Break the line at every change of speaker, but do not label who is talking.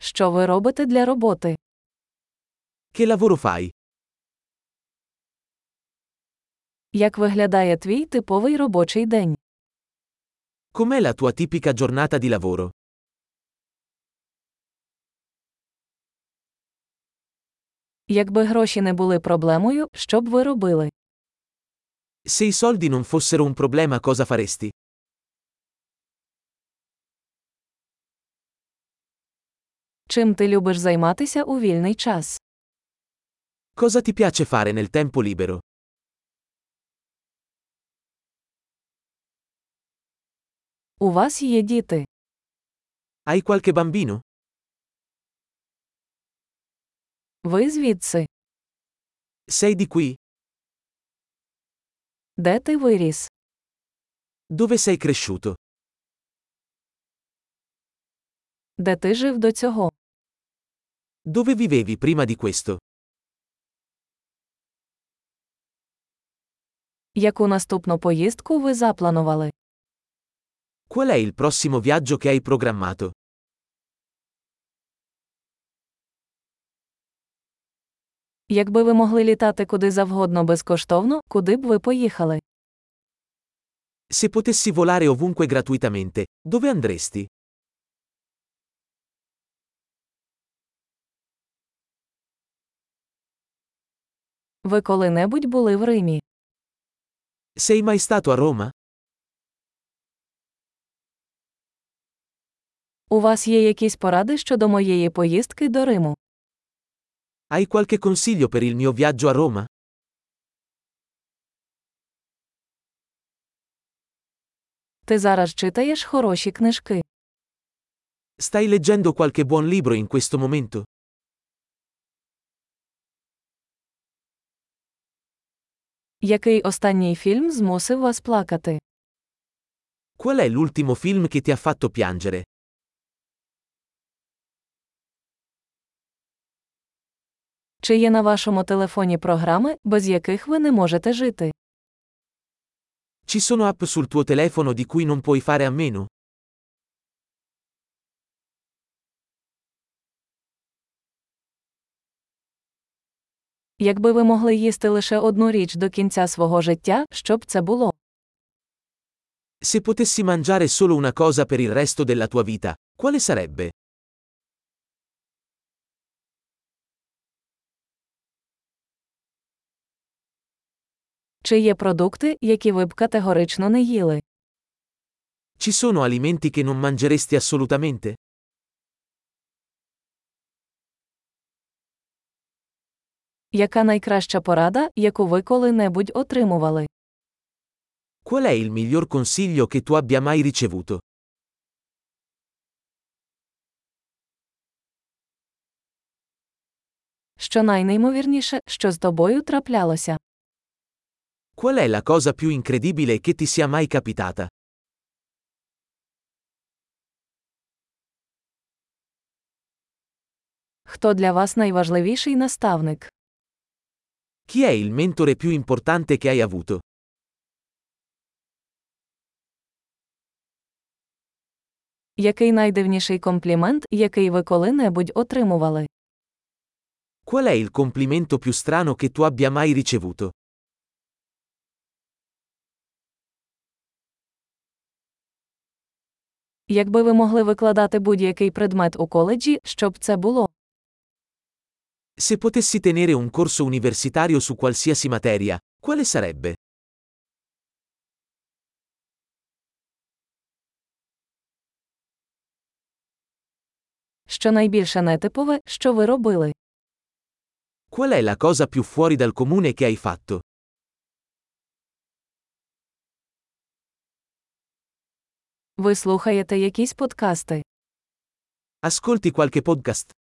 Що ви робите для роботи?
Che lavoro fai?
Як виглядає твій типовий робочий день?
Com'è la tua tipica giornata di lavoro?
Якби гроші не були проблемою, що б ви робили?
Se i soldi non fossero un problema cosa faresti?
Чим ти любиш займатися у вільний час?
Cosa ti piace fare nel tempo libero?
У вас є діти.
Hai qualche bambino?
Ви звідси?
Sei di qui?
Де ти виріс?
Dove sei cresciuto?
Де ти жив до цього?
Dove vivevi prima di questo?
Яку наступну поїздку ви запланували?
Qual è il prossimo viaggio che hai programmato?
Якби ви могли літати куди завгодно безкоштовно, куди б ви поїхали?
Se potessi volare ovunque gratuitamente, dove andresti?
Ви коли-небудь були в Римі?
Sei mai stato a Roma?
У вас є якісь поради щодо моєї поїздки до Риму?
Hai qualche consiglio per il mio viaggio a Roma?
Ти зараз читаєш хороші книжки.
Stai leggendo qualche buon libro in questo momento?
Який останній фільм змусив вас плакати?
Qual è l'ultimo film che ti ha fatto piangere?
Чи є на вашому телефоні програми, без яких ви не можете жити?
Ci sono app sul tuo telefono di cui non puoi fare a meno?
Якби ви могли їсти лише одну річ до кінця свого життя, що б це було?
Se potessi mangiare solo una cosa per il resto della tua vita, quale sarebbe?
Чи є продукти, які ви б категорично не їли?
Ci sono alimenti che non mangeresti assolutamente?
Яка найкраща порада, яку ви коли-небудь отримували?
Qual è il miglior consiglio che tu abbia mai ricevuto?
Що найнеймовірніше, що з тобою траплялося?
Qual è la cosa più incredibile che ti sia mai capitata?
Хто для вас найважливіший наставник?
Chi è il mentore più importante che hai avuto?
Який найдивніший комплімент, який ви коли-небудь отримували?
Qual è il complimento più strano che tu abbia mai ricevuto?
Якби ви могли викладати будь-який предмет у коледжі, що б це було?
Se potessi tenere un corso universitario su qualsiasi materia, quale sarebbe?
Що найбільше нетипове, що ви робили?
Qual è la cosa più fuori dal comune che hai fatto?
Ви слухаєте якісь подкасти?
Ascolti qualche podcast.